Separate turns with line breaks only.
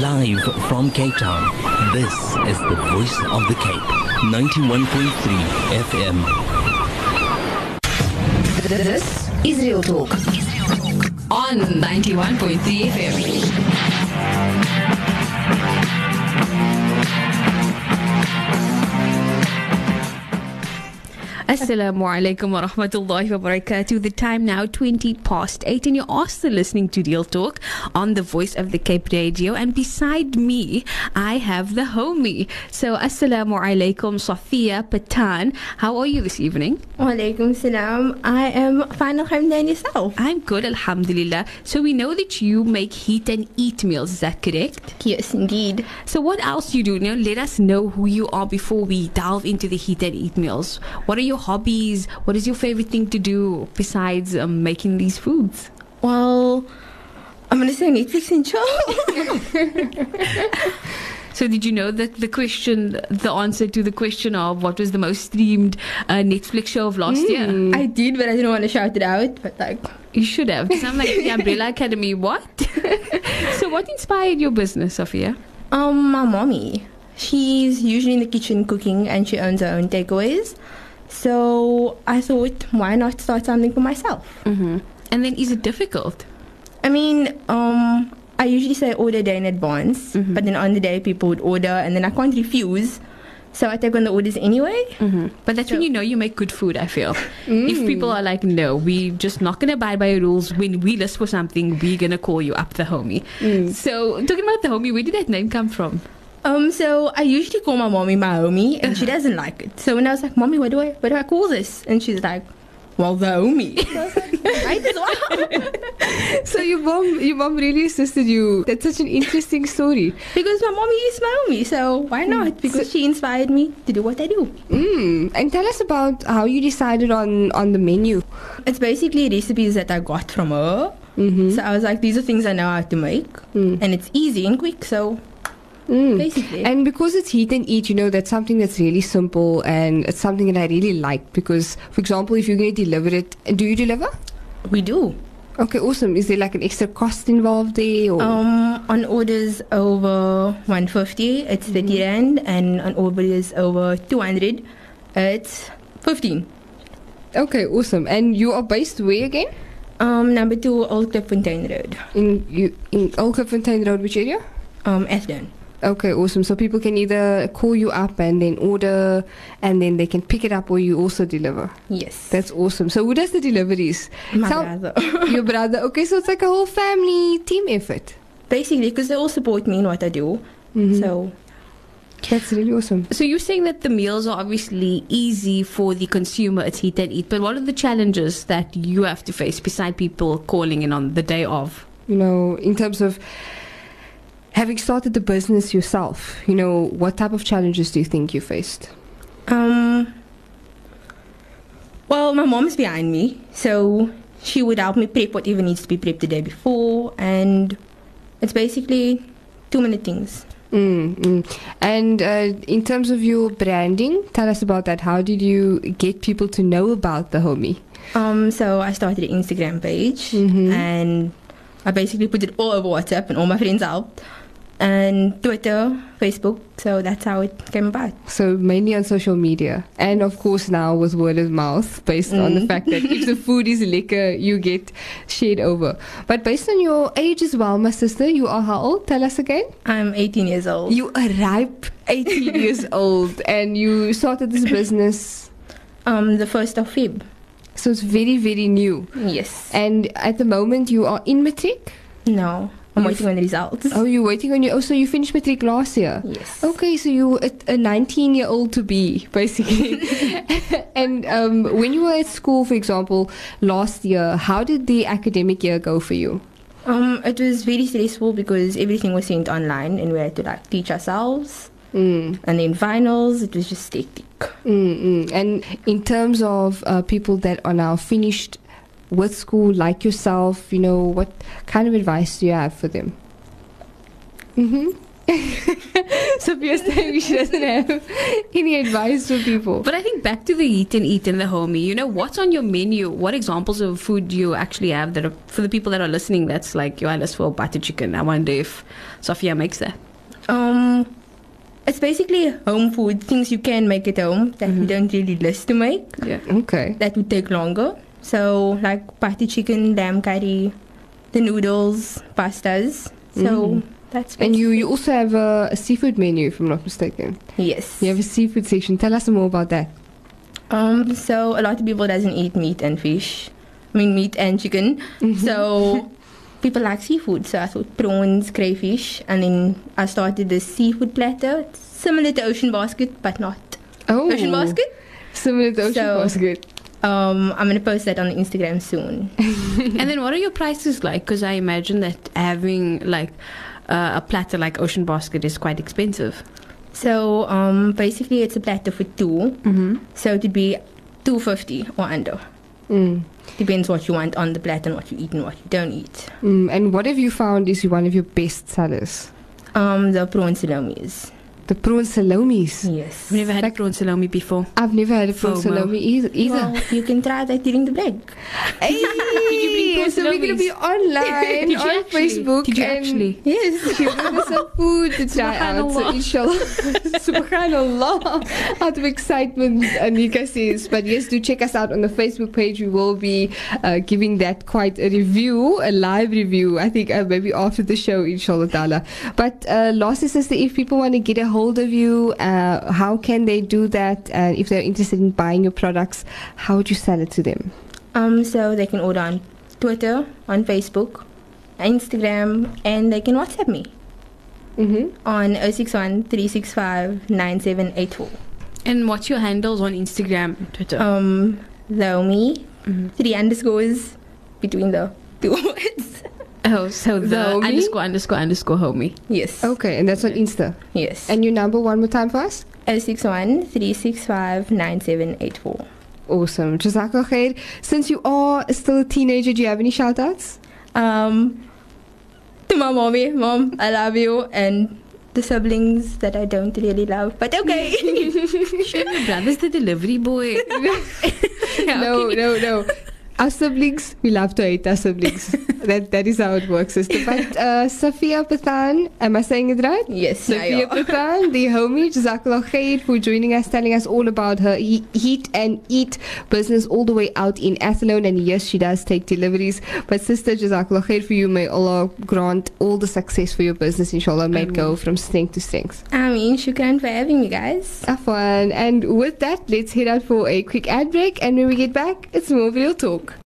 live from Cape Town. This is the voice of the Cape, 91.3 FM.
This is Real Talk. On 91.3 FM.
Assalamu alaikum wa rahmatullahi wa barakatuh. The time now 20 past 8 and you're also listening to Real Talk on the voice of the Cape Radio and beside me I have the homie. So assalamu alaikum Sophia Patan. How are you this evening?
Walaikum salam. I am fine alhamdulillah yourself.
I'm good alhamdulillah. So we know that you make heat and eat meals, is that correct?
Yes, indeed.
So what else you do? Now let us know who you are before we delve into the heat and eat meals. What are your hobbies? What is your favorite thing to do besides um, making these foods?
Well, I'm gonna say Netflix and chill.
So did you know that the question, the answer to the question of what was the most streamed uh, Netflix show of last year?
I did, but I didn't want to shout it out. But like,
You should have. 'cause I'm like the Umbrella Academy. What? so what inspired your business, Sophia?
um, my mommy, she's usually in the kitchen cooking, and she owns her own takeaways. So I thought, why not start something for myself?
Mm-hmm. And then is it difficult?
I mean, um, I usually say order day in advance, but then on the day people would order, and then I can't refuse. So I take on the orders anyway.
Mm-hmm. But that's when you know you make good food, I feel. If people are like, no, we just not going to abide by your rules. When we list for something, we're going to call you up the homie. So, talking about the homie, where did that name come from?
Um, so I usually call my mommy my homie, and she doesn't like it. So when I was like, "Mommy, what do I what do I call this?" and she's like, "Well, the homie." right as well.
So your mom, your mom really assisted you. That's such an interesting story.
Because my mommy is my homie, Hmm. so why not? Because she inspired me to do what I do.
Mm. And tell us about how you decided on on the menu.
It's basically recipes that I got from her. So I was like, "These are things I know how to make, and it's easy and quick." So Hmm.
Mm.
basically,
And because it's heat and eat, you know, that's something that's really simple and it's something that I really like because, for example, if you're going to deliver it, do you deliver?
we do.
Okay, awesome. Is there like an extra cost involved there? Or?
Um,
Oh.
on orders over 150, it's 30
Mm-hmm.
rand, and on orders over 200, it's 15.
Okay, awesome. And you are based where again?
Um, number two, Old Clipfontein Road,
In you in Old Cliffontein Road, which area?
um, Ethden.
Okay, awesome. So people can either call you up and then order, and then they can pick it up, or you also deliver.
Yes.
That's awesome. So who does the deliveries?
My
So-
brother.
your brother. Okay, so it's like a whole family team effort.
Basically, because they all support me in what I do.
Mm-hmm.
So,
That's really awesome.
So you're saying that the meals are obviously easy for the consumer, it's heat and eat, but what are the challenges that you have to face beside people calling in on the day of?
You know, in terms of having started the business yourself, you know, what type of challenges do you think you faced?
um, well, my mom's behind me, so she would help me prep whatever needs to be prepped the day before, and it's basically too many things.
Mm, mm. And uh, in terms of your branding, tell us about that. How did you get people to know about the homie?
Um, so I started an Instagram page,
Mm-hmm.
and I basically put it all over WhatsApp, and all my friends helped, and Twitter, Facebook. So that's how it came about.
So mainly on social media, and of course now with word of mouth, based on the fact that if the food is liquor, you get shared over. But based on your age as well, my sister, you are how old? Tell us again.
I'm 18 years old.
You are ripe, 18 years old, and you started this business.
Um, the first of Feb.
So it's very, very new.
Yes.
And at the moment, you are in matric.
No, I'm
You've-
waiting on the results.
Oh, you're waiting on your. Oh, so you finished matric last year.
Yes.
Okay, so you were a- a 19 year old to be, basically. and um, when you were at school, for example, last year, how did the academic year go for you?
Um, it was very stressful because everything was sent online, and we had to like teach ourselves.
Mm,
And then finals, it was just hectic.
mm, mm. And in terms of uh, people that are now finished with school, like yourself, you know, what kind of advice do you have for them? Mm-hmm. Sophia's saying she doesn't have any advice for people.
But I think back to the eat and eat and the homie, you know, what's on your menu? What examples of food do you actually have that are, for the people that are listening, that's like, yo, I list for butter chicken. I wonder if Sophia makes that.
Um, it's basically home food, things you can make at home that
Mm-hmm.
we don't really list to make.
Yeah.
Okay.
That would take longer. So like party chicken, lamb curry, the noodles, pastas. So that's
Mm. And you, you also have a, a seafood menu, if I'm not mistaken.
yes.
You have a seafood section. Tell us more about that.
Um, so a lot of people doesn't eat meat and fish. I mean meat and chicken.
Mm-hmm.
So people like seafood. So I thought prawns, crayfish, and then I started this seafood platter. It's similar to ocean basket, but not
Oh,
ocean basket.
Similar to ocean
So-
basket.
Um, I'm gonna post that on Instagram soon.
and then what are your prices like? Because I imagine that having like uh, a platter like Ocean Basket is quite expensive.
So um, basically, it's a platter for 2 Mm-hmm. So it would be two fifty or under.
Mm.
Depends what you want on the platter and what you eat and what you don't eat.
Mm. And what have you found is one of your best sellers?
Um, the prawn salamis.
The prawn salomis.
Yes.
I've never had
Like-
prawn salami before.
I've never had a prawn
FOMO.
salami either. either.
Well, you can try that during the break.
Did
you bring prawn
so we're gonna be online
Did you
on
actually?
Facebook.
Did you
and
actually?
Yes, you give us some food to try out. So
Subhanallah.
inshallah, subhanallah, out of excitement, Anika says. But yes, do check us out on the Facebook page. We will be uh, giving that quite a review, a live review. I think uh, maybe after the show, inshallah. Ta'ala. But uh, Losses sister, if people want to get a hold of you, uh, how can they do that? And if they're interested in buying your products, how would you sell it to them?
Um, so they can order on Twitter, on Facebook, Instagram, and they can WhatsApp me
Mm-hmm.
on 061 365 9784.
And what's your handles on Instagram, and Twitter?
Um, Lomi,
Mm-hmm.
three underscores between the two words.
oh, so the,
the homie?
underscore underscore underscore homie.
Yes.
Okay, and that's on Insta.
Yes.
And your number one more time for us?
061 365 9784.
Awesome. Jazakallah khair. Since you are still a teenager, do you have any shout outs?
Um, to my mommy, mom, I love you, and the siblings that I don't really love, but okay.
Your brother's the delivery boy. Yeah,
No,
okay.
no, no. Our siblings, we love to hate our siblings. that that is how it works, sister. But uh, Safia Pathan, am I saying it right?
yes, now you
Sophia Pathan, the homie, Jazakallah Khair for joining us, telling us all about her he- heat and eat business all the way out in Athlone. And yes, she does take deliveries. But sister, Jazakallah Khair for you. May Allah grant all the success for your business, inshallah. May it go from strength to strength.
I mean, shukran for having me, guys.
Afwan. And with that, let's head out for a quick ad break. And when we get back, it's more real talk.